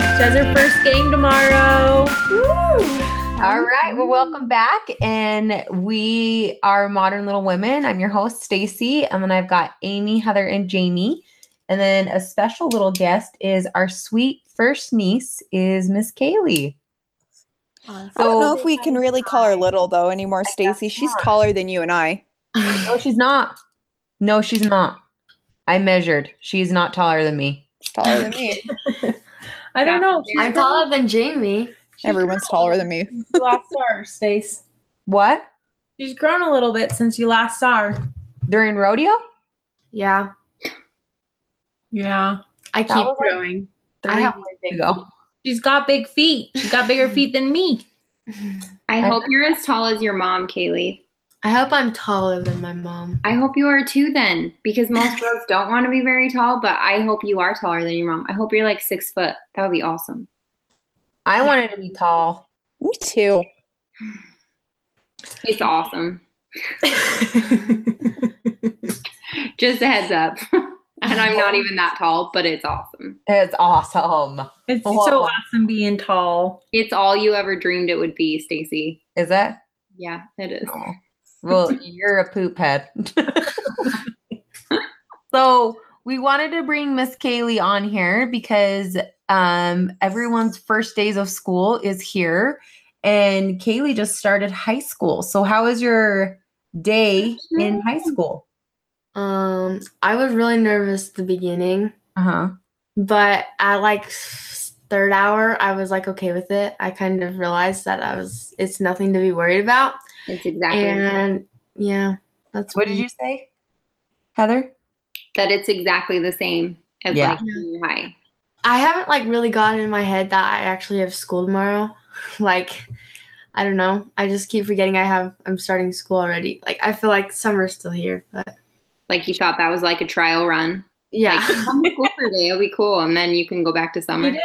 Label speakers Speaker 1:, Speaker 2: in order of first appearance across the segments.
Speaker 1: has her first game tomorrow.
Speaker 2: All right. Well, welcome back. And we are Modern Little Women. I'm your host, Stacy. And then I've got Amy, Heather, and Jamie. And then a special little guest is our sweet first niece is Miss Kaylee.
Speaker 3: I don't know if we can really call her little though anymore, Stacy. She's taller than you and I.
Speaker 2: No, she's not. No, she's not. I measured. She's not taller than me.
Speaker 3: She's taller than me.
Speaker 1: I don't know. She's
Speaker 4: I'm taller than Jamie.
Speaker 1: she's
Speaker 3: Everyone's taller than me.
Speaker 1: grown since you last saw her, Stace.
Speaker 2: What?
Speaker 1: She's grown a little bit since you last saw her.
Speaker 2: During rodeo?
Speaker 4: Yeah,
Speaker 1: Yeah.
Speaker 4: I
Speaker 2: That
Speaker 4: keep
Speaker 2: was like-
Speaker 4: growing.
Speaker 2: Three
Speaker 4: I have
Speaker 2: years ago.
Speaker 1: She's got big feet. She's got bigger feet than me.
Speaker 5: I
Speaker 2: I-
Speaker 5: hope you're as tall as your mom, Kaylee.
Speaker 4: I hope I'm taller than my mom.
Speaker 5: I hope you are too, then, because most girls don't want to be very tall, but I hope you are taller than your mom. I hope you're like six foot. That would be awesome.
Speaker 2: I wanted to be tall.
Speaker 3: Me too.
Speaker 5: It's awesome. Just a heads up. and I'm not even that tall, but it's awesome.
Speaker 2: It's awesome.
Speaker 1: It's
Speaker 2: Wow.
Speaker 1: so awesome being tall.
Speaker 5: It's all you ever dreamed it would be, Stacy.
Speaker 2: Is that?
Speaker 5: Yeah, it is.
Speaker 2: Oh. Well, you're a poop head. so we wanted to bring Miss Kaylee on here because um, everyone's first days of school is here, and Kaylee just started high school. So how was your day in high school?
Speaker 4: Um, I was really nervous at the beginning,
Speaker 2: Uh huh.
Speaker 4: but at like third hour, I was like okay with it. I kind of realized that I was it's nothing to be worried about,
Speaker 5: It's exactly
Speaker 4: and yeah, that's
Speaker 2: What did you say, Heather?
Speaker 5: that it's exactly the same as
Speaker 2: Yeah.
Speaker 5: like junior high.
Speaker 4: I haven't like really gotten in my head that I actually have school tomorrow. like, I don't know. I just keep forgetting I have. I'm starting school already. Like, I feel like summer's still here, but
Speaker 5: Like you thought that was like a trial run.
Speaker 4: yeah.
Speaker 5: Like, come to school for a day, it'll be cool, and then you can go back to
Speaker 1: She
Speaker 5: summer.
Speaker 1: didn't,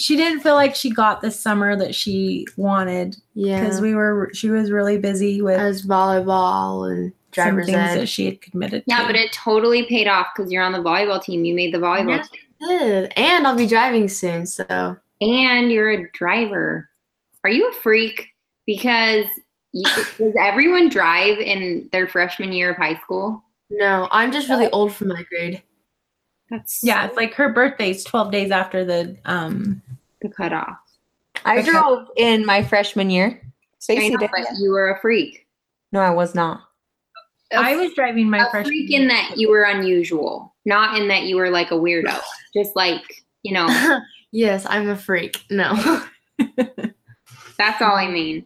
Speaker 1: she didn't feel like she got the summer that she wanted
Speaker 4: Yeah.
Speaker 1: because we were she was really busy with
Speaker 4: I was volleyball and
Speaker 1: some
Speaker 4: driver's
Speaker 1: things
Speaker 4: ed.
Speaker 1: that she had committed
Speaker 5: Yeah,
Speaker 1: to.
Speaker 5: but it totally paid off because you're on the volleyball team. You made the volleyball
Speaker 4: Yeah.
Speaker 5: team,
Speaker 4: Good. And I'll be driving soon, so
Speaker 5: and you're a driver. Are you a freak? Because you, does everyone drive in their freshman year of high school?
Speaker 4: no, I'm just really old for my grade.
Speaker 5: That's
Speaker 1: Yeah, it's like her birthday's 12 days after the um
Speaker 5: the cutoff.
Speaker 2: I
Speaker 1: Okay.
Speaker 2: drove in my freshman year.
Speaker 5: I
Speaker 3: Stacy
Speaker 5: know,
Speaker 3: did.
Speaker 5: but you were a freak.
Speaker 2: No, I was not.
Speaker 5: A
Speaker 1: I was driving my
Speaker 5: a
Speaker 1: freshman
Speaker 5: freak in that you were unusual, not in that you were like a weirdo. Just like you know,
Speaker 4: yes, I'm a freak. No.
Speaker 5: that's all I mean.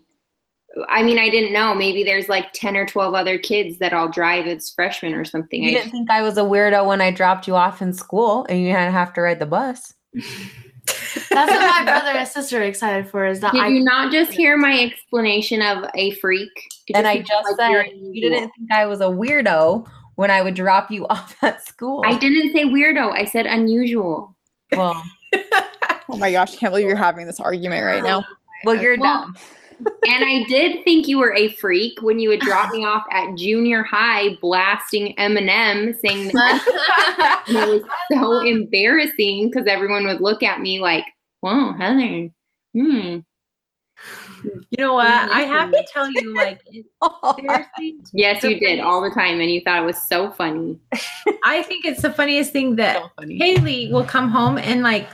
Speaker 5: I mean, I didn't know. Maybe there's like ten or twelve other kids that all drive as freshmen or something.
Speaker 2: You
Speaker 5: I
Speaker 2: didn't think I was a weirdo when I dropped you off in school and you didn't have to ride the bus.
Speaker 4: That's what my brother and sister are excited for is that
Speaker 5: Did
Speaker 4: I
Speaker 5: you not just hear my explanation of a freak? It
Speaker 2: and I
Speaker 5: sounds
Speaker 2: just
Speaker 5: like you're
Speaker 2: said you
Speaker 5: unusual.
Speaker 2: didn't think I was a weirdo when I would drop you off at school.
Speaker 5: I didn't say weirdo. I said unusual.
Speaker 2: Well,
Speaker 3: Oh my gosh, I can't believe you're having this argument right now.
Speaker 2: well, you're
Speaker 5: Well,
Speaker 2: dumb.
Speaker 5: and I did think you were a freak when you would drop me off at junior high, blasting Eminem, saying that it was so embarrassing because everyone would look at me like, "Whoa, Heather." Hmm.
Speaker 1: You know what? I have to tell you, like, it- seriously,
Speaker 5: Yes, you
Speaker 1: The
Speaker 5: did all the time, and you thought it was so funny.
Speaker 1: I think it's the funniest thing that
Speaker 3: So funny.
Speaker 1: Haley will come home and like,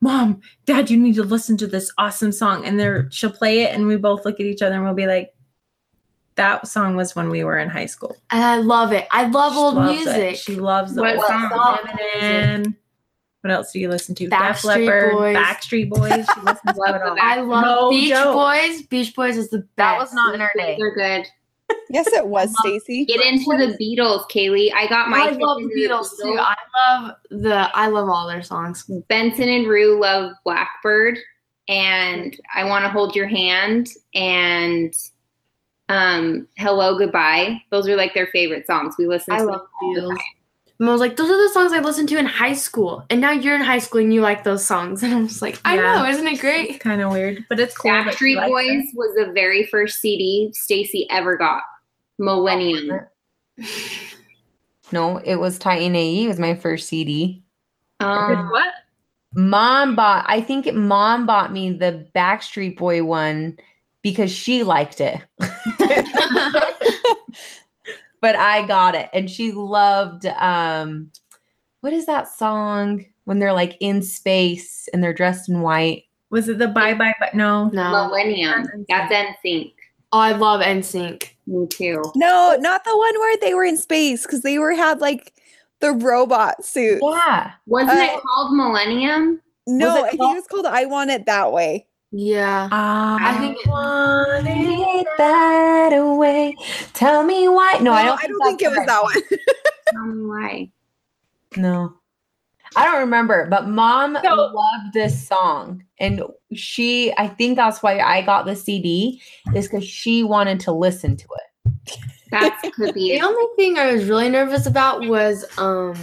Speaker 1: Mom, Dad, you need to listen to this awesome song, and there she'll play it, and we both look at each other and we'll be like, That song was when we were in high school.
Speaker 4: and I love it. I love
Speaker 1: She
Speaker 4: old
Speaker 1: loves it.
Speaker 4: music.
Speaker 1: She loves the
Speaker 5: What
Speaker 1: old
Speaker 5: song?
Speaker 1: Eminem. What else do you listen to? Def
Speaker 4: Backstreet
Speaker 1: Leppard,
Speaker 4: Boys.
Speaker 1: Backstreet Boys. She listens to it all.
Speaker 4: I love
Speaker 1: No
Speaker 4: Beach
Speaker 1: joke.
Speaker 4: Boys. Beach Boys is the best.
Speaker 2: That was not in our day.
Speaker 5: They're good.
Speaker 3: Yes, it was Stacy.
Speaker 5: Get into the Beatles, Kaylee. I got my.
Speaker 4: I love the
Speaker 5: kids into
Speaker 4: Beatles too. I love the I love all their songs.
Speaker 5: Benson and Rue love Blackbird and I want to hold your hand and um hello goodbye those are like their favorite songs we listen
Speaker 4: I
Speaker 5: to
Speaker 4: love the
Speaker 5: all the
Speaker 4: Beatles. Mom was like, those are the songs I listened to in high school, and now you're in high school and you like those songs, and I'm just like, I
Speaker 1: Yeah.
Speaker 4: know, isn't it
Speaker 1: It's
Speaker 4: great?
Speaker 1: kind of weird, but it's cool. that she
Speaker 5: Backstreet
Speaker 1: likes
Speaker 5: Boys
Speaker 1: it.
Speaker 5: was the very first CD Stacy ever got Millennium
Speaker 2: E, No, it was Titan AE. It was my first CD.
Speaker 5: um
Speaker 1: What?
Speaker 2: Mom bought, I think mom bought me the Backstreet Boy one because she liked it. but I got it. And she loved um what is that song when they're like in space and they're dressed in white?
Speaker 1: Was it the bye bye but no.
Speaker 4: No.
Speaker 5: Millennium. That's NSYNC.
Speaker 4: Oh, I love NSYNC.
Speaker 5: Me too.
Speaker 3: No, not the one where they were in space because they were had like the robot suit.
Speaker 2: Yeah.
Speaker 5: Wasn't
Speaker 3: Uh,
Speaker 5: it called Millennium?
Speaker 3: No,
Speaker 2: it
Speaker 3: I think it was called I Want It That Way.
Speaker 4: Yeah.
Speaker 1: Ah,
Speaker 4: I think-
Speaker 1: want it.
Speaker 2: Take that away. Tell me why. No, I don't.
Speaker 3: I don't think it was
Speaker 2: that's
Speaker 3: that one.
Speaker 5: Tell me why.
Speaker 2: correct. No, I don't remember. But mom
Speaker 1: So-
Speaker 2: loved this song, and she. I think that's why I got the CD is because she wanted to listen to it.
Speaker 5: That could be.
Speaker 4: The only thing I was really nervous about was um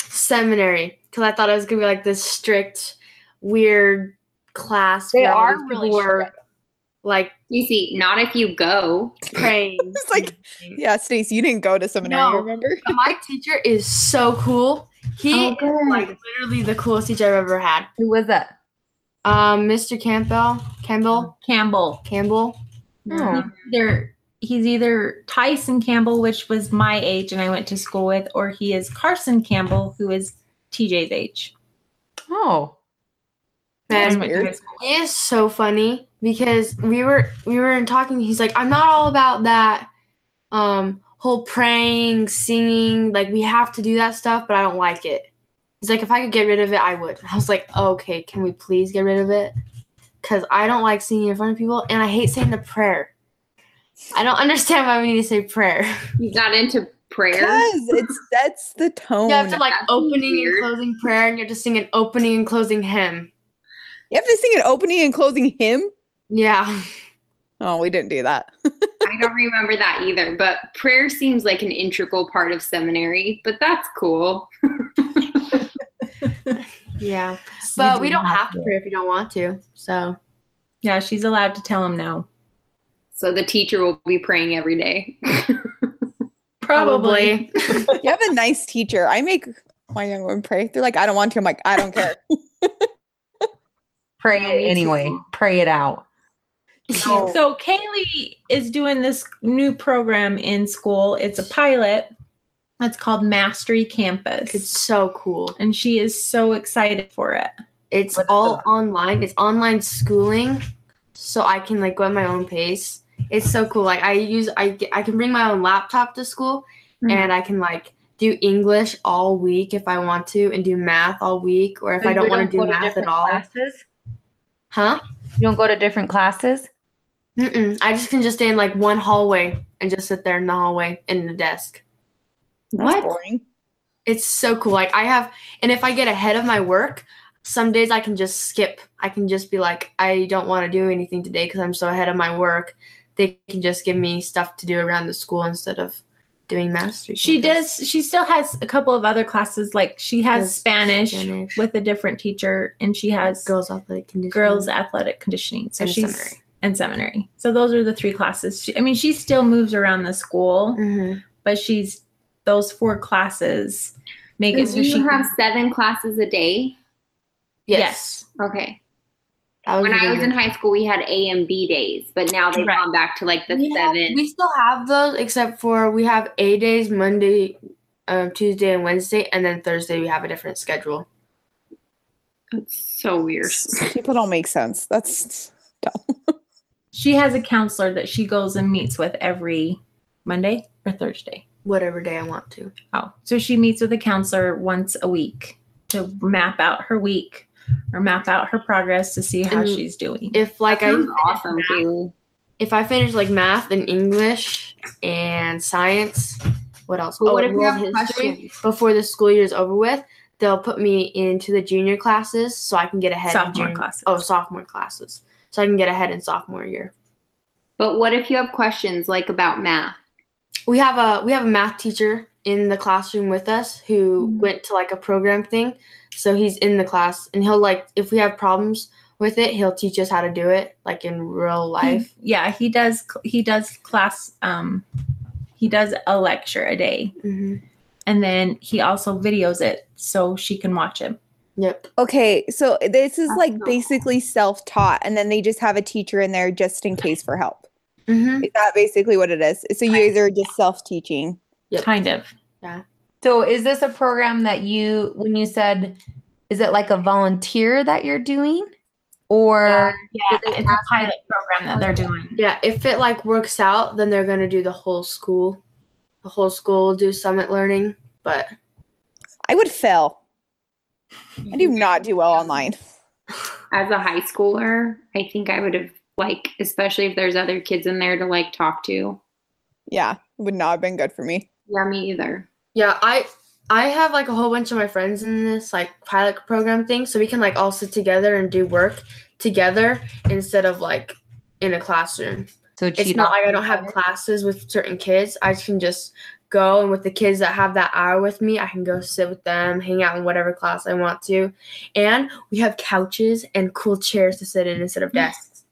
Speaker 4: seminary because I thought it was gonna be like this strict, weird class.
Speaker 2: They
Speaker 4: where all
Speaker 2: are
Speaker 4: these
Speaker 2: really
Speaker 4: people were, like
Speaker 5: You see, not if you go.
Speaker 4: praying.
Speaker 3: It's like, yeah, Stace, you didn't go to seminary,
Speaker 4: No.
Speaker 3: remember?
Speaker 4: But my teacher is so cool. He
Speaker 5: Oh,
Speaker 4: is
Speaker 5: good.
Speaker 4: like literally the coolest teacher I've ever had.
Speaker 2: Who was that?
Speaker 4: Um, Mr. Campbell, Campbell,
Speaker 1: Campbell.
Speaker 4: Campbell.
Speaker 2: Oh.
Speaker 1: Either he's either Tyson Campbell, which was my age and I went to school with, or he is Carson Campbell, who is TJ's age.
Speaker 2: Oh,
Speaker 1: And
Speaker 4: Man,
Speaker 1: went to
Speaker 3: weird.
Speaker 1: high school.
Speaker 4: He is so funny because we were we were talking. He's like, I'm not all about that um whole praying, singing. Like we have to do that stuff, but I don't like it. He's like, if I could get rid of it, I would. I was like, okay, can we please get rid of it? Because I don't like singing in front of people, and I hate saying the prayer. I don't understand why we need to say prayer.
Speaker 5: You got into prayer.
Speaker 3: Because it's that's the tone.
Speaker 4: You have to like
Speaker 5: That's
Speaker 4: opening
Speaker 5: weird.
Speaker 4: and closing prayer, and you have to sing an opening and closing hymn.
Speaker 3: sing an opening and closing hymn.
Speaker 4: Yeah.
Speaker 3: Oh, we didn't do that.
Speaker 5: I don't remember that either, but prayer seems like an integral part of seminary, but that's cool.
Speaker 4: Yeah. But
Speaker 1: You
Speaker 4: we
Speaker 1: do
Speaker 4: don't
Speaker 1: have
Speaker 4: have to pray if you don't want to. So
Speaker 1: Yeah, she's allowed to tell him no.
Speaker 5: So the teacher will be praying every day.
Speaker 4: probably.
Speaker 3: You have a nice teacher. I make my young women pray. They're like, I don't want to. I'm like, I don't care.
Speaker 2: pray
Speaker 5: Yeah, me
Speaker 2: it
Speaker 5: too.
Speaker 2: anyway. Pray it out.
Speaker 3: No.
Speaker 1: So Kaylee is doing this new program in school. It's a pilot. It's called Mastery Campus.
Speaker 4: It's so cool.
Speaker 1: and she is so excited for it.
Speaker 4: It's
Speaker 2: What's
Speaker 4: all online. It's online schooling, so I can like go at my own pace. It's so cool. Like I use I get- I can bring my own laptop to school,
Speaker 1: Mhm.
Speaker 4: and I can like do English all week if I want to, and do math all week, or if I don't want to do math at all,
Speaker 2: classes,
Speaker 4: huh?
Speaker 2: you don't go to different classes.
Speaker 4: Mm-mm. I just can just stay in like one hallway and just sit there in the hallway in the desk.
Speaker 3: That's
Speaker 4: What?
Speaker 3: boring.
Speaker 4: It's so cool. Like I have, and if I get ahead of my work, some days I can just skip. I can just be like, I don't want to do anything today because I'm so ahead of my work. They can just give me stuff to do around the school instead of doing mastery.
Speaker 1: She
Speaker 4: classes.
Speaker 1: does. She still has a couple of other classes. Like she has
Speaker 4: Yes,
Speaker 1: Spanish,
Speaker 4: Spanish.
Speaker 1: with a different teacher, and she has girls,
Speaker 4: girls athletic conditioning.
Speaker 1: athletic conditioning. So
Speaker 4: And
Speaker 1: she's
Speaker 4: seminary.
Speaker 1: and seminary. So those are the three classes. She, I mean, she still moves around the school,
Speaker 4: Mhm.
Speaker 1: but she's those four classes make
Speaker 5: Do
Speaker 1: it so she
Speaker 5: you have
Speaker 1: can-
Speaker 5: seven classes a day?
Speaker 4: Yes.
Speaker 5: Okay.
Speaker 4: That was
Speaker 5: When I
Speaker 4: really
Speaker 5: was in
Speaker 4: good.
Speaker 5: high school, we had A and B days, but now they've
Speaker 1: Correct.
Speaker 5: gone back to like the
Speaker 4: we have-
Speaker 5: seven.
Speaker 4: we still have those except for we have A days Monday, um, Tuesday, and Wednesday, and then Thursday we have a different schedule.
Speaker 5: It's so weird.
Speaker 3: People don't make sense. That's
Speaker 1: she has a counselor that she goes and meets with every Monday or Thursday.
Speaker 4: Whatever day I want to.
Speaker 1: Oh, so she meets with a counselor once a week to map out her week or map out her progress to see how
Speaker 4: And
Speaker 1: she's doing.
Speaker 4: If like I
Speaker 5: Sounds awesome, Kaylee.
Speaker 4: if I finish like math and English and science, what else? Oh,
Speaker 5: But what
Speaker 4: and
Speaker 5: if you have
Speaker 4: world
Speaker 5: questions?
Speaker 4: before the school year is over with? They'll put me into the junior classes so I can get ahead. in
Speaker 1: Sophomore
Speaker 4: junior-
Speaker 1: classes.
Speaker 4: Oh, sophomore classes, so I can get ahead in sophomore year.
Speaker 5: But what if you have questions like about math?
Speaker 4: We have a we have a math teacher in the classroom with us who
Speaker 5: Mm-hmm.
Speaker 1: Mhm.
Speaker 4: went to like a program thing, so he's in the class and he'll like if we have problems with it, he'll teach us how to do it like in real life.
Speaker 1: yeah, he does. He does class. Um, he does a lecture a day,
Speaker 4: Mm-hmm.
Speaker 1: and then he also videos it so she can watch him.
Speaker 4: Yep.
Speaker 3: Okay, so this is like
Speaker 5: Oh.
Speaker 3: basically self-taught, and then they just have a teacher in there just in case for help.
Speaker 4: Mm-hmm.
Speaker 3: Is that basically what it is? So you guys are just self-teaching.
Speaker 4: Yep.
Speaker 1: Kind of.
Speaker 2: So is this a program that you when you said is it like a volunteer that you're doing? Or
Speaker 1: Yeah, it's a pilot program that they're doing.
Speaker 4: Yeah, if it like works out, then they're gonna do the whole school. The whole school will do summit learning, but
Speaker 3: I would fail. I do not do well online.
Speaker 5: As a high schooler, I think I would have like, especially if there's other kids in there to like talk to.
Speaker 3: Yeah, it would not have been good for me.
Speaker 5: Yeah, me either.
Speaker 4: yeah, I I have like a whole bunch of my friends in this like pilot program thing, so we can like all sit together and do work together instead of like in a classroom.
Speaker 2: so
Speaker 4: It's not like I don't have classes with certain kids. I can just go and with the kids that have that hour with me, I can go sit with them, hang out in whatever class I want to. And we have couches and cool chairs to sit in instead of desks.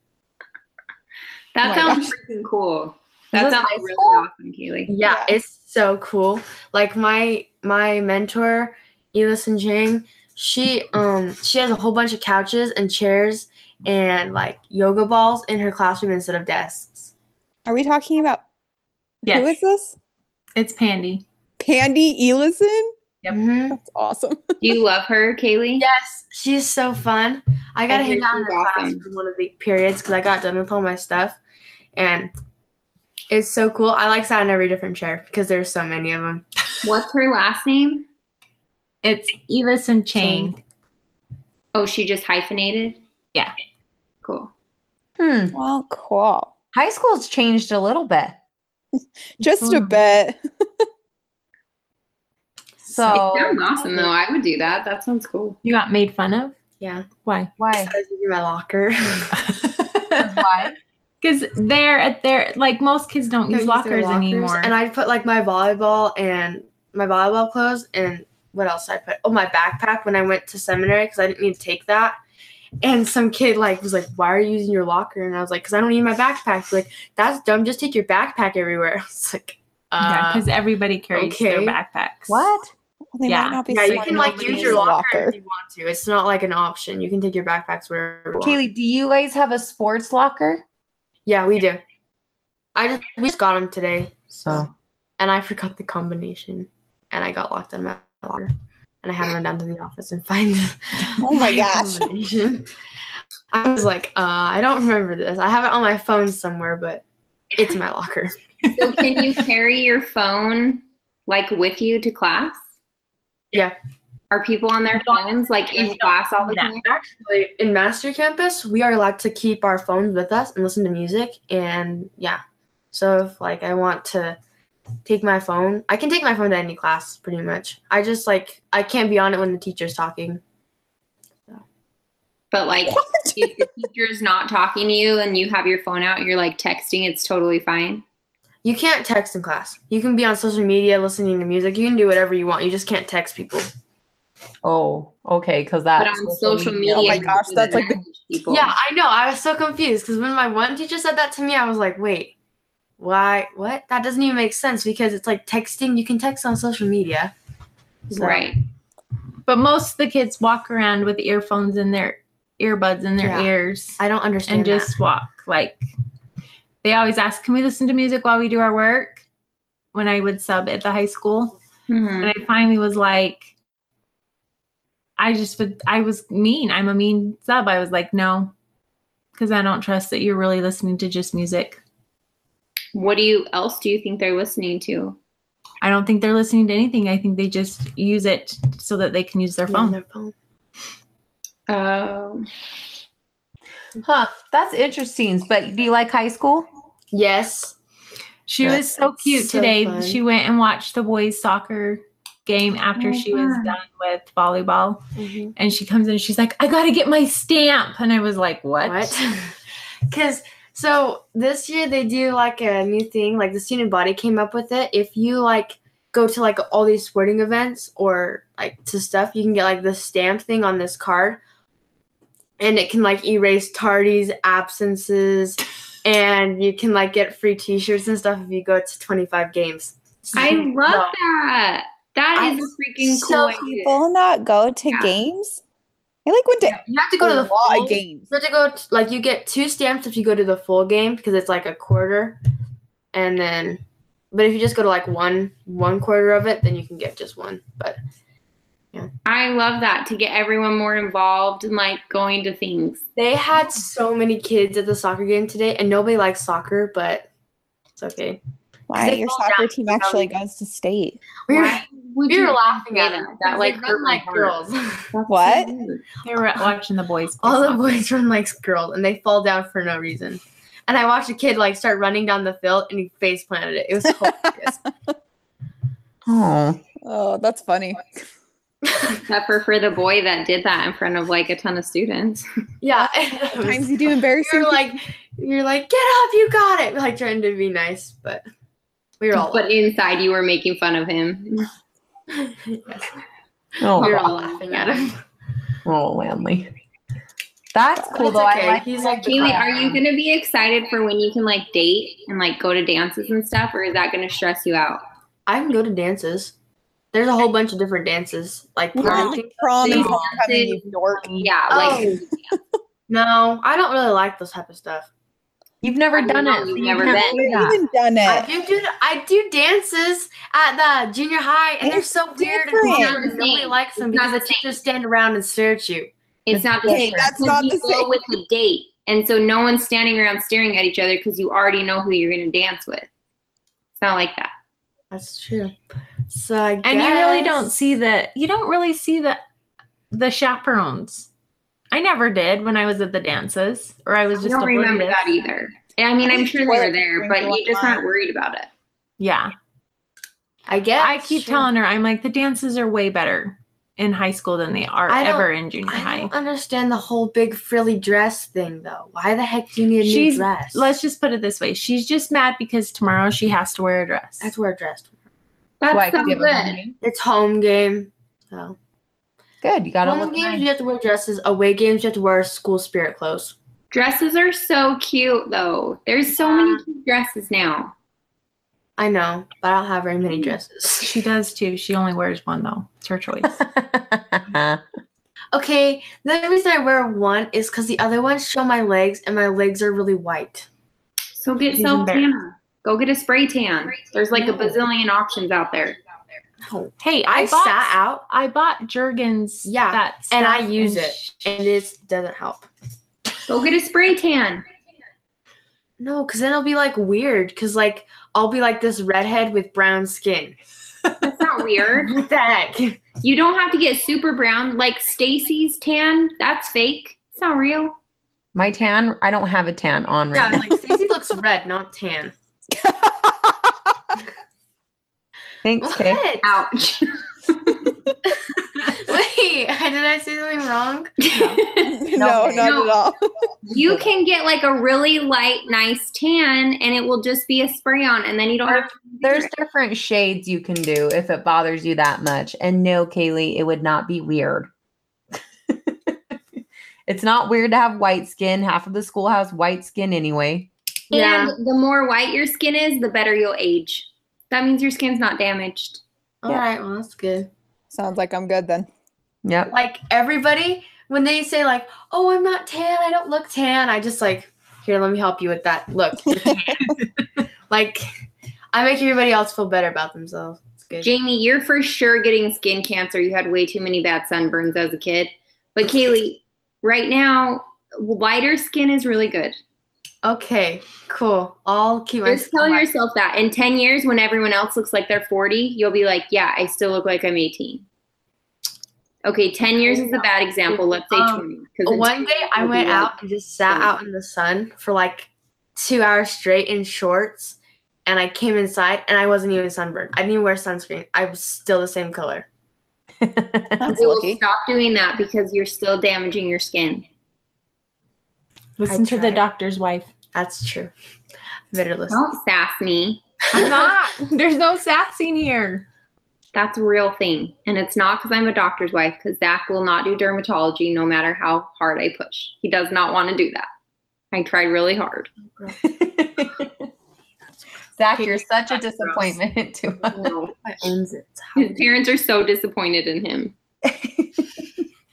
Speaker 5: That
Speaker 3: Oh my
Speaker 5: sounds freaking cool. That
Speaker 2: Is this
Speaker 5: sounds
Speaker 2: high
Speaker 5: really
Speaker 2: school?
Speaker 5: awesome, Kaylee.
Speaker 4: Yeah, it's so cool. Like my my mentor, Elison Chang, she um she has a whole bunch of couches and chairs and like yoga balls in her classroom instead of desks.
Speaker 3: Are we talking about who
Speaker 1: Yes,
Speaker 3: is this?
Speaker 1: it's Pandy.
Speaker 3: Pandy Elison?
Speaker 1: Yep.
Speaker 4: Mhm.
Speaker 3: That's awesome.
Speaker 5: Do you love her, Kaylee?
Speaker 4: Yes, she's so fun. I got to
Speaker 5: I hear
Speaker 4: hang out in
Speaker 5: she's
Speaker 4: her class
Speaker 5: awesome.
Speaker 4: for one of the periods because I got done with all my stuff, and it's so cool. I like sat in every different chair because there's so many of them.
Speaker 5: What's her last name?
Speaker 1: It's Elis and Chang.
Speaker 5: Oh, she just hyphenated?
Speaker 1: Yeah.
Speaker 5: Cool.
Speaker 2: Hmm.
Speaker 3: Well, cool.
Speaker 2: High school's changed a little bit.
Speaker 3: Just a
Speaker 1: Mhm.
Speaker 3: bit.
Speaker 2: So
Speaker 5: It sounds awesome, though. I would do that. That sounds cool.
Speaker 1: You got made fun of?
Speaker 4: Yeah,
Speaker 1: Why?
Speaker 2: why?
Speaker 4: I was in my locker.
Speaker 2: why?
Speaker 1: Because they're at their like most kids don't
Speaker 4: They're
Speaker 1: use lockers,
Speaker 4: lockers.
Speaker 1: anymore.
Speaker 4: And I put like my volleyball and my volleyball clothes and what else did I put? Oh, my backpack when I went to seminary because I didn't need to take that. And some kid like was like, "Why are you using your locker?" And I was like, "Cause I don't need my backpack." He's like, "That's dumb. Just take your backpack everywhere." I was like,
Speaker 1: yeah,
Speaker 4: uh,
Speaker 1: because everybody carries their
Speaker 4: okay.
Speaker 1: backpacks.
Speaker 2: What?
Speaker 3: Well, they
Speaker 1: Yeah.
Speaker 3: might not be
Speaker 4: "Yeah, you
Speaker 3: smart
Speaker 4: can
Speaker 3: enough
Speaker 4: like
Speaker 3: to
Speaker 4: use your
Speaker 3: a
Speaker 4: locker, if you want to. It's not like an option. You can take your backpacks wherever." you want."
Speaker 2: Kaylee, do you guys have a sports locker?
Speaker 4: Yeah, we do. I just we just got them today.
Speaker 2: So
Speaker 4: and I forgot the combination, and I got locked in my locker, and I had to run down to the office and find.
Speaker 3: Oh my gosh.
Speaker 4: combination. I was like, uh, I don't remember this. I have it on my phone somewhere, but it's my locker.
Speaker 5: So, can you carry your phone like with you to class?
Speaker 4: Yeah.
Speaker 5: Are people on their phones like in class all the
Speaker 1: Yeah.
Speaker 5: time?
Speaker 4: Actually, in Master Campus, we are allowed to keep our phones with us and listen to music, and yeah. So if like I want to take my phone, I can take my phone to any class pretty much. I just like I can't be on it when the teacher's talking.
Speaker 5: But like, if the teacher's not talking to you and you have your phone out, you're like texting. It's totally fine.
Speaker 4: You can't text in class. You can be on social media listening to music. You can do whatever you want. You just can't text people.
Speaker 2: oh, okay, because that's
Speaker 5: but on social media,
Speaker 3: Oh my
Speaker 5: you
Speaker 3: gosh,
Speaker 5: can
Speaker 3: that's like the-
Speaker 5: message people.
Speaker 4: Yeah, I know. I was so confused because when my one teacher said that to me, I was like, wait, why? What? That doesn't even make sense because it's like texting. You can text on social media. So-
Speaker 5: right.
Speaker 1: But most of the kids walk around with earphones in their earbuds in their
Speaker 4: Yeah.
Speaker 1: ears
Speaker 4: I don't understand.
Speaker 1: and just walk. Like they always ask, Can we listen to music while we do our work? When I would sub at the high school.
Speaker 5: Mhm.
Speaker 4: Mm-hmm.
Speaker 1: And I finally was like, I just would I was mean. I'm a mean sub. I was like, no. Because I don't trust that you're really listening to just music.
Speaker 5: What do you else do you think they're listening to?
Speaker 1: I don't think they're listening to anything. I think they just use it so that they can use their
Speaker 4: that. On
Speaker 1: phone.
Speaker 4: their phone.
Speaker 5: Oh,
Speaker 2: Oh, Huh, that's interesting. But do you like high school?
Speaker 4: Yes.
Speaker 1: She was so
Speaker 4: That's
Speaker 1: cute
Speaker 4: so
Speaker 1: today.
Speaker 4: fun.
Speaker 1: She went and watched the boys' soccer game
Speaker 4: Oh
Speaker 1: after she was done with volleyball.
Speaker 4: Mm-hmm.
Speaker 1: And she comes in and she's like, I got to get my stamp. And I was like, What?
Speaker 4: What? Because so this year they do like a new thing. Like the student body came up with it. If you like go to like all these sporting events or like to stuff, you can get like the stamp thing on this card, and it can like erase tardies, absences, and you can like get free T-shirts and stuff if you go to 25 games.
Speaker 5: I love
Speaker 4: No.
Speaker 5: that. That
Speaker 4: I-
Speaker 5: is a freaking
Speaker 4: so
Speaker 5: cool. idea.
Speaker 3: People not go to
Speaker 5: Yeah.
Speaker 3: games? I like went to
Speaker 4: You have to go to
Speaker 3: a
Speaker 4: the
Speaker 3: lot
Speaker 4: full
Speaker 3: of games.
Speaker 4: You have to go t- like you get two stamps if you go to the full game because it's like a quarter, and then, but if you just go to like one one quarter of it, then you can get just one. But
Speaker 5: I love that to get everyone more involved and like going to things.
Speaker 4: they had so many kids at the soccer game today, and nobody likes soccer, but it's okay.
Speaker 3: Why
Speaker 4: they
Speaker 3: your
Speaker 4: fall
Speaker 3: soccer
Speaker 4: down
Speaker 3: team
Speaker 4: from
Speaker 3: actually goes to state?
Speaker 4: We were,
Speaker 5: Why would
Speaker 4: we
Speaker 5: you
Speaker 4: were laughing
Speaker 5: say
Speaker 4: at
Speaker 5: that?
Speaker 4: them.
Speaker 5: That, like,
Speaker 4: they
Speaker 5: hurt
Speaker 4: run
Speaker 5: my
Speaker 4: like
Speaker 5: heart.
Speaker 4: girls.
Speaker 3: What?
Speaker 1: They were watching the boys.
Speaker 4: All the boys run like girls, and they fall down for no reason. And I watched a kid like start running down the field, and he face planted it. It was hilarious.
Speaker 2: Oh.
Speaker 3: Oh, that's funny.
Speaker 5: Except for, for the boy that did that in front of like a ton of students.
Speaker 4: yeah. it was-
Speaker 3: Sometimes you do embarrassing.
Speaker 4: you're like you're like get up you got it like trying to be nice but we were all
Speaker 5: But inside you were making fun of him.
Speaker 4: yes, we were
Speaker 2: Oh,
Speaker 4: all laughing at him
Speaker 2: oh Landley. That's cool
Speaker 4: It's
Speaker 2: though.
Speaker 4: okay.
Speaker 2: I like
Speaker 4: he's like
Speaker 5: Kaylee, are you gonna be excited for when you can like date and like go to dances and stuff, or is that gonna stress you out?
Speaker 4: I can go to dances there's a whole bunch of different dances like
Speaker 3: Prom,
Speaker 4: prom.
Speaker 3: prom and
Speaker 5: Things
Speaker 3: homecoming,
Speaker 5: that-
Speaker 3: you dork.
Speaker 5: Yeah, like
Speaker 4: Oh. no I don't really like those type of stuff
Speaker 2: you've never
Speaker 5: I
Speaker 2: done it.
Speaker 5: know,
Speaker 2: so
Speaker 5: you've
Speaker 2: you
Speaker 5: never
Speaker 2: can't
Speaker 5: been.
Speaker 2: do
Speaker 3: I've
Speaker 2: that.
Speaker 3: even done
Speaker 4: I
Speaker 3: it.
Speaker 4: do do I do dances at the junior high and they're
Speaker 3: It's
Speaker 4: so weird and
Speaker 3: different.
Speaker 4: weird and
Speaker 5: It's not the
Speaker 4: nobody
Speaker 5: same.
Speaker 4: likes them
Speaker 5: It's not
Speaker 4: because the
Speaker 5: the same.
Speaker 4: teachers stand around and stare at you
Speaker 5: it's not the
Speaker 2: Hey,
Speaker 5: same.
Speaker 3: that's
Speaker 5: Because
Speaker 3: not
Speaker 5: you
Speaker 3: the
Speaker 5: go
Speaker 3: same.
Speaker 5: with a date, and so no one's standing around staring at each other because you already know who you're gonna dance with. It's not like that.
Speaker 4: that's true so I
Speaker 1: and you really
Speaker 4: guess-
Speaker 1: don't see the you don't really see the the chaperones. I never did when I was at the dances, or I was
Speaker 5: I
Speaker 1: just
Speaker 5: don't remember
Speaker 1: oblivious.
Speaker 5: that either. And I mean, I'm sure they were there, but you're just not worried about it.
Speaker 1: Yeah,
Speaker 4: I guess
Speaker 1: I keep
Speaker 4: Sure.
Speaker 1: telling her I'm like the dances are way better in high school than they are
Speaker 4: I don't-
Speaker 1: ever in junior
Speaker 4: I
Speaker 1: high.
Speaker 4: don't understand the whole big frilly dress thing though. Why the heck do you need a
Speaker 1: She's-
Speaker 4: new dress?
Speaker 1: Let's just put it this way: she's just mad because tomorrow she has to wear a dress.
Speaker 4: That's where a dress.
Speaker 5: That's
Speaker 2: Why,
Speaker 5: so
Speaker 2: give a home
Speaker 5: good.
Speaker 2: game?
Speaker 4: It's home game. So
Speaker 2: Good. You got to
Speaker 4: home
Speaker 2: look
Speaker 4: games
Speaker 2: nice.
Speaker 4: you have to wear dresses. Away games you have to wear school spirit clothes.
Speaker 5: Dresses are so cute, though. There's so many cute dresses now.
Speaker 4: I know, but I don't have very many dresses.
Speaker 1: Mm. she does too. She only wears one though. It's her choice.
Speaker 4: Okay, the reason I wear one is because the other ones show my legs, and my legs are really white.
Speaker 5: So get
Speaker 1: She's
Speaker 5: self
Speaker 1: embarrassed.
Speaker 5: tan. Go get a spray tan. There's like a bazillion options out there.
Speaker 4: No,
Speaker 1: hey,
Speaker 4: I,
Speaker 1: I, bought
Speaker 4: sat out,
Speaker 1: I bought Jergens.
Speaker 4: Yeah,
Speaker 1: that
Speaker 4: and I
Speaker 1: stuff,
Speaker 4: use
Speaker 1: and
Speaker 4: it.
Speaker 1: sh-
Speaker 4: and it doesn't help.
Speaker 5: Go get a spray tan.
Speaker 4: No, because then it'll be like weird. Because like I'll be like this redhead with brown skin.
Speaker 5: That's not weird.
Speaker 4: What the heck?
Speaker 5: You don't have to get super brown. Like Stacy's tan, that's fake. It's not real.
Speaker 2: My tan, I don't have a tan on right
Speaker 4: Yeah,
Speaker 2: now.
Speaker 4: like Stacy looks red, not tan.
Speaker 2: Thanks, Kay.
Speaker 4: What?
Speaker 5: Ouch.
Speaker 4: Wait, did I say something wrong?
Speaker 3: no,
Speaker 2: okay.
Speaker 3: not
Speaker 5: No.
Speaker 3: at all.
Speaker 5: you can get like a really light, nice tan, and it will just be a spray on, and then you don't have to.
Speaker 2: There's different shades you can do if it bothers you that much. And no, Kaylee, it would not be weird. it's not weird to have white skin. Half of the school has white skin anyway.
Speaker 4: Yeah.
Speaker 5: And the more white your skin is, the better you'll age. That means your skin's not damaged.
Speaker 4: All right, well that's good.
Speaker 3: Sounds like I'm good then.
Speaker 2: Yep.
Speaker 4: Like everybody, when they say like, "Oh, I'm not tan. I don't look tan," I just like, here, let me help you with that. Look, you're tan." like, I make everybody else feel better about themselves. It's good.
Speaker 5: Jamie, you're for sure getting skin cancer. You had way too many bad sunburns as a kid. But Kaylee, right now, lighter skin is really good.
Speaker 4: Okay, cool. I'll keep my.
Speaker 5: Just tell yourself that. In 10 years, when everyone else looks like they're 40, you'll be like, yeah, I still look like I'm 18. Okay, 10 years is a bad example. Let's say
Speaker 4: Um,
Speaker 5: 20. 'cause in
Speaker 4: One
Speaker 5: 10
Speaker 4: day I
Speaker 5: you'll be
Speaker 4: went
Speaker 5: like-
Speaker 4: out and just sat out in the sun for like two hours straight in shorts, and I came inside and I wasn't even sunburned. I didn't even wear sunscreen. I was still the same color.
Speaker 3: That's
Speaker 5: You will
Speaker 3: lucky.
Speaker 5: stop doing that because you're still damaging your skin.
Speaker 1: Listen to the
Speaker 4: tried.
Speaker 1: doctor's wife.
Speaker 4: That's true. Better listen.
Speaker 5: Don't sass me.
Speaker 1: I'm not. There's no sassing here.
Speaker 5: That's a real thing. And it's not because I'm a doctor's wife, because Zach will not do dermatology no matter how hard I push. He does not want to do that. I tried really hard.
Speaker 2: Zach, you're such a disappointment to us.
Speaker 4: I owns it.
Speaker 5: His parents are so disappointed in him.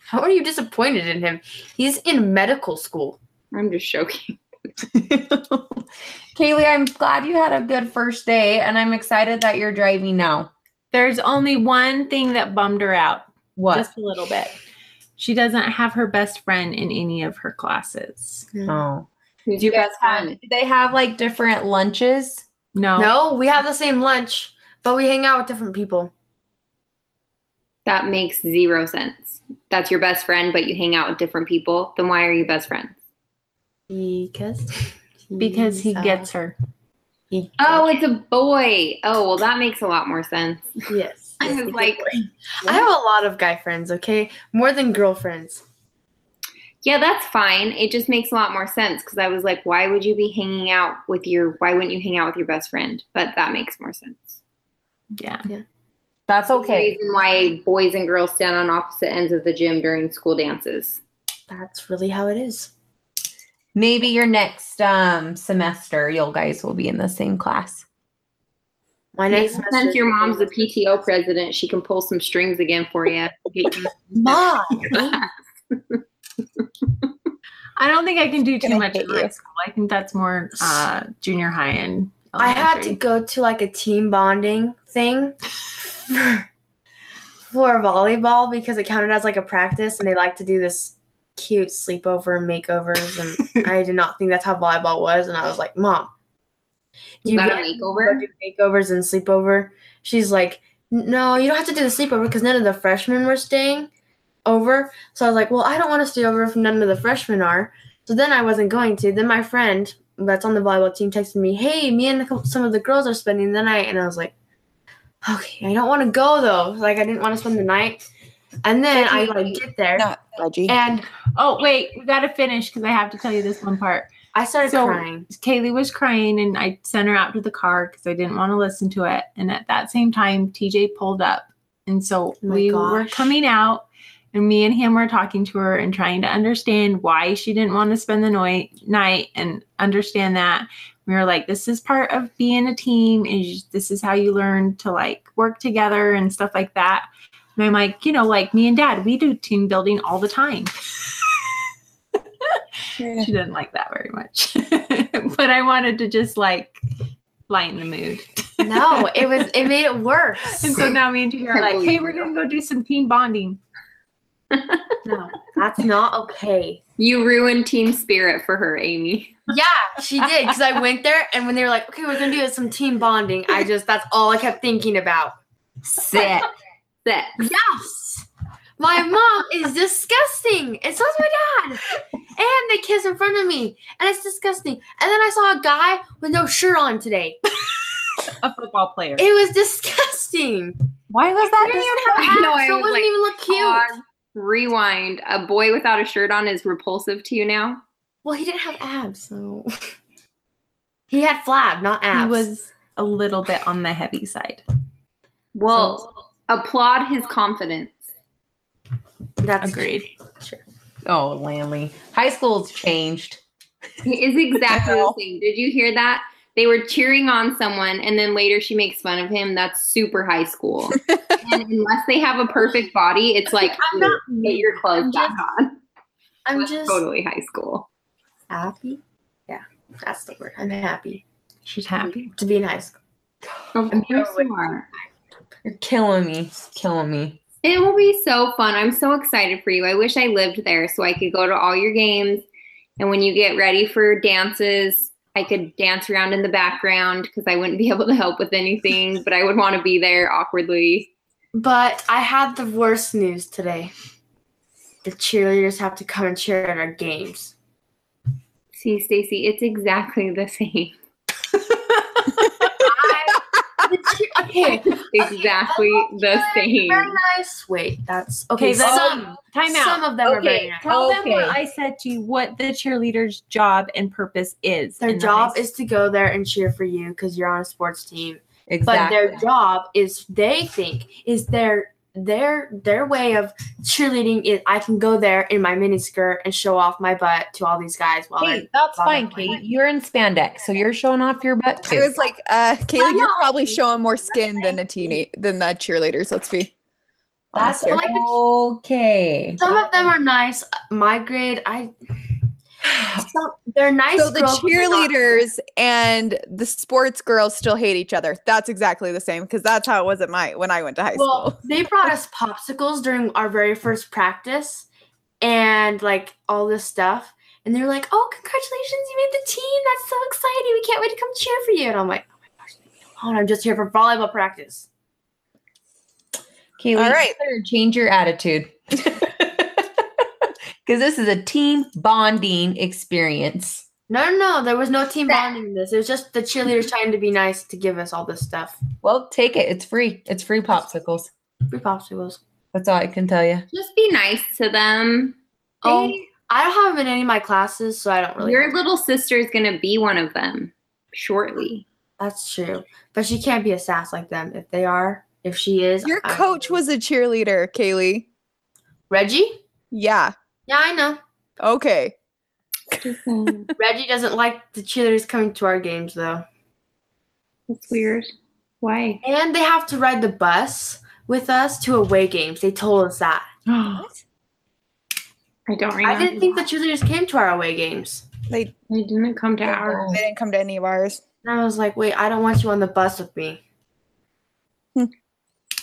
Speaker 4: How are you disappointed in him? He's in medical school.
Speaker 5: I'm just joking.
Speaker 2: Kaylee, I'm glad you had a good first day, and I'm excited that you're driving now.
Speaker 1: There's only one thing that bummed her out
Speaker 2: What?
Speaker 1: just a little bit. She doesn't have her best friend in any of her classes.
Speaker 2: oh.
Speaker 5: Who's your best friend?
Speaker 2: Do they have like different lunches?
Speaker 1: No.
Speaker 4: No, we have the same lunch, but we hang out with different people.
Speaker 5: That makes zero sense. That's your best friend, but you hang out with different people. Then why are you best friends?
Speaker 4: Because
Speaker 1: Because he gets her.
Speaker 5: Oh, it's a boy. Oh, well, that makes a lot more sense.
Speaker 4: yes.
Speaker 5: I was like,
Speaker 4: I have a lot of guy friends, okay? More than girlfriends.
Speaker 5: yeah, that's fine. It just makes a lot more sense because I was like, why would you be hanging out with your? Why wouldn't you hang out with your best friend? But that makes more sense.
Speaker 1: Yeah.
Speaker 2: That's okay.
Speaker 5: The reason why boys and girls stand on opposite ends of the gym during school dances.
Speaker 4: That's really how it is.
Speaker 2: Maybe your next um semester, you'll guys will be in the same class.
Speaker 4: My
Speaker 5: Maybe
Speaker 4: next
Speaker 5: Since your mom's the PTO president, she can pull some strings again for you.
Speaker 4: mom.
Speaker 1: I don't think I can do
Speaker 3: Gonna
Speaker 1: too much
Speaker 3: hate
Speaker 1: in high
Speaker 3: you.
Speaker 1: school. I think that's more uh, junior high and
Speaker 4: I had to
Speaker 1: elementary.
Speaker 4: go to like a team bonding thing for, for volleyball because it counted as like a practice and they like to do this cute sleepover and makeovers and I did not think that's how volleyball was and I was like, Mom,
Speaker 5: You got a
Speaker 4: guys
Speaker 5: makeover?
Speaker 4: do makeovers and sleepover? She's like, No, you don't have to do the sleepover because none of the freshmen were staying over. So I was like, Well, I don't want to stay over if none of the freshmen are. So then I wasn't going to. Then my friend that's on the volleyball team texted me, "Hey, me and a couple- some of the girls are spending the night," and I was like, "Okay, I don't want to go though. Like I didn't want to spend the night." And then I like get there
Speaker 3: Not veggie.
Speaker 4: and
Speaker 1: Oh wait, we gotta finish because I have to tell you this one part.
Speaker 4: I started
Speaker 1: So-
Speaker 4: crying.
Speaker 1: Kaylee was crying, and I sent her out to the car because I didn't want to listen to it. And at that same time, TJ pulled up, and so
Speaker 4: Oh my
Speaker 1: we were
Speaker 4: gosh.
Speaker 1: coming out, and me and him were talking to her and trying to understand why she didn't want to spend the noi- night and understand that we were like, this is part of being a team, and you- this is how you learn to like work together and stuff like that. And I'm like, you know, like me and Dad, we do team building all the time.
Speaker 3: Yeah.
Speaker 1: she didn't like that very much. but I wanted to just like lighten the mood.
Speaker 4: No, it was it made it worse.
Speaker 1: And so now me and you are
Speaker 5: I
Speaker 1: like,
Speaker 5: believe
Speaker 1: hey, we're
Speaker 5: you.
Speaker 1: gonna go do some team bonding.
Speaker 4: No, that's not okay.
Speaker 5: You ruined team spirit for her, Amy.
Speaker 4: Yeah, she did because I went there and when they were like, "Okay, we're gonna do some team bonding," I just that's all I kept thinking about.
Speaker 5: Set. Set.
Speaker 4: Yes. My mom is disgusting. And so's my dad. And they kiss in front of me. And it's disgusting. And then I saw a guy with no shirt on today.
Speaker 1: A football player.
Speaker 4: It was disgusting.
Speaker 3: Why was
Speaker 4: I didn't even have
Speaker 5: I know,
Speaker 4: abs,
Speaker 5: I
Speaker 4: so it
Speaker 5: was
Speaker 4: wouldn't
Speaker 5: like,
Speaker 4: even look cute.
Speaker 5: Pause. Rewind. A boy without a shirt on is repulsive to you now.
Speaker 4: Well, he didn't have abs, so he had flab, not abs.
Speaker 1: he was a little bit on the heavy side.
Speaker 5: Well, applaud his confidence.
Speaker 4: that's
Speaker 1: Agreed.
Speaker 2: Oh, Lanley. High school's changed.
Speaker 5: It is exactly the same. Did you hear that? They were cheering on someone, and then later she makes fun of him. That's super high school. and unless they have a perfect body, it's like
Speaker 4: I'm not
Speaker 5: "Ew, get your clothes
Speaker 4: I'm
Speaker 5: back
Speaker 4: just-
Speaker 5: on.
Speaker 4: I'm
Speaker 5: That's
Speaker 4: just
Speaker 5: totally high school.
Speaker 4: happy. Yeah, that's the word. I'm happy
Speaker 1: She's happy.
Speaker 4: to be in high school.
Speaker 5: Of course you are.
Speaker 2: You're killing me. It's killing me.
Speaker 5: It will be so fun. I'm so excited for you. I wish I lived there so I could go to all your games. And when you get ready for dances, I could dance around in the background because I wouldn't be able to help with anything, but I would want to be there awkwardly.
Speaker 4: But I had the worst news today. The cheerleaders have to come and cheer at our games.
Speaker 5: See, Stacy, it's exactly the same.
Speaker 4: okay,
Speaker 5: Exactly the
Speaker 4: very
Speaker 5: same.
Speaker 4: nice. Wait, that's okay.
Speaker 1: Okay, then-
Speaker 4: some,
Speaker 1: Time out.
Speaker 4: some of them are very nice.
Speaker 1: tell them what
Speaker 2: Okay.
Speaker 1: I said to you, what the cheerleader's job and purpose is.
Speaker 4: Their
Speaker 1: in the
Speaker 4: job
Speaker 1: high
Speaker 4: is to go there and cheer for you because you're on a sports team. But
Speaker 2: Exactly.
Speaker 4: their job is they think is their their their way of cheerleading is I can go there in my miniskirt and show off my butt to all these guys while
Speaker 2: Hey,
Speaker 1: that's
Speaker 4: Love
Speaker 1: fine,
Speaker 4: it.
Speaker 1: Kate.
Speaker 2: You're in spandex, so you're showing off your butt
Speaker 3: I
Speaker 2: too.
Speaker 3: was like, uh, Kaylee,
Speaker 4: no.
Speaker 3: you're probably showing more skin than a teenage than the cheerleaders. Let's be
Speaker 2: That's
Speaker 4: I like the-
Speaker 2: okay.
Speaker 4: Some of them are nice. My grade, I. Some, they're nice.
Speaker 3: So the
Speaker 4: girls, but they're not-
Speaker 3: cheerleaders and the sports girls still hate each other. That's exactly the same because that's how it was at my when I went to high
Speaker 4: Well,
Speaker 3: school.
Speaker 4: they brought us popsicles during our very first practice, and like all this stuff. And they were like, "Oh, congratulations! You made the team. That's so exciting. We can't wait to come cheer for you." And I'm like, "Oh my gosh, leave me alone. I'm just here for volleyball practice."
Speaker 2: Kaylee,
Speaker 3: All
Speaker 2: you
Speaker 3: right.
Speaker 2: better change your attitude. Because this is a team bonding experience.
Speaker 4: No, no, no. There was no team bonding in this. It was just the cheerleaders trying to be nice to give us all this stuff.
Speaker 2: Well, take it. It's free. It's free popsicles.
Speaker 4: Free popsicles.
Speaker 2: That's all I can tell you.
Speaker 5: Just be nice to them. They-
Speaker 4: Oh, I don't have them in any of my classes, so I don't really.
Speaker 5: Your little sister is going to be one of them shortly.
Speaker 4: That's true, but she can't be a sass like them. If they are, if she is,
Speaker 3: Your
Speaker 4: I-
Speaker 3: coach was a cheerleader, Kaylee.
Speaker 4: Reggie.
Speaker 3: Yeah.
Speaker 4: Yeah, I know.
Speaker 3: Okay.
Speaker 5: Just um, saying.
Speaker 4: Reggie doesn't like the cheerleaders coming to our games though,
Speaker 5: That's weird. Why?
Speaker 4: and they have to ride the bus with us to away games. They told us that.
Speaker 5: I don't remember.
Speaker 4: I didn't think the cheerleaders came to our away games.
Speaker 3: They
Speaker 5: They didn't come to our.
Speaker 3: they didn't come to any of ours.
Speaker 4: And I was like, wait, I don't want you on the bus with me.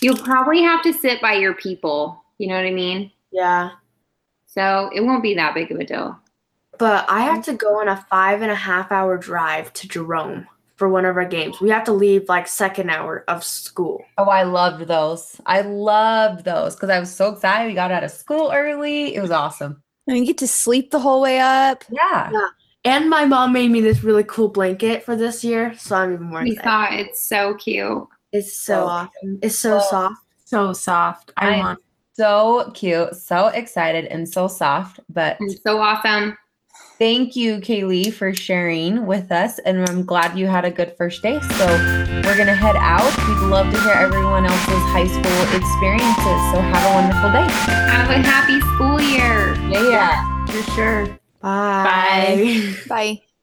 Speaker 5: You'll probably have to sit by your people. You know what I mean?
Speaker 4: Yeah,
Speaker 5: So it won't be that big of a deal.
Speaker 4: but I have to go on a five and a half hour drive to Jerome for one of our games. We have to leave like second hour of school.
Speaker 2: Oh, I loved those. I loved those because I was so excited. We got out of school early. It was awesome.
Speaker 3: And you get to sleep the whole way up.
Speaker 2: Yeah.
Speaker 4: And my mom made me this really cool blanket for this year, so I'm even more
Speaker 5: We
Speaker 4: excited.
Speaker 5: saw it. it's so cute.
Speaker 4: It's so
Speaker 2: Oh.
Speaker 4: awesome. It's so
Speaker 2: Oh.
Speaker 4: soft.
Speaker 1: So soft. I,
Speaker 2: I-
Speaker 1: want.
Speaker 2: So cute, so excited, and so soft. But
Speaker 5: It's so awesome.
Speaker 2: thank you, Kaylee, for sharing with us. And I'm glad you had a good first day. So we're going to head out. We'd love to hear everyone else's high school experiences. So have a wonderful day.
Speaker 5: Have a happy school year.
Speaker 2: Yeah.
Speaker 1: For sure.
Speaker 4: Bye.
Speaker 1: Bye.
Speaker 3: Bye.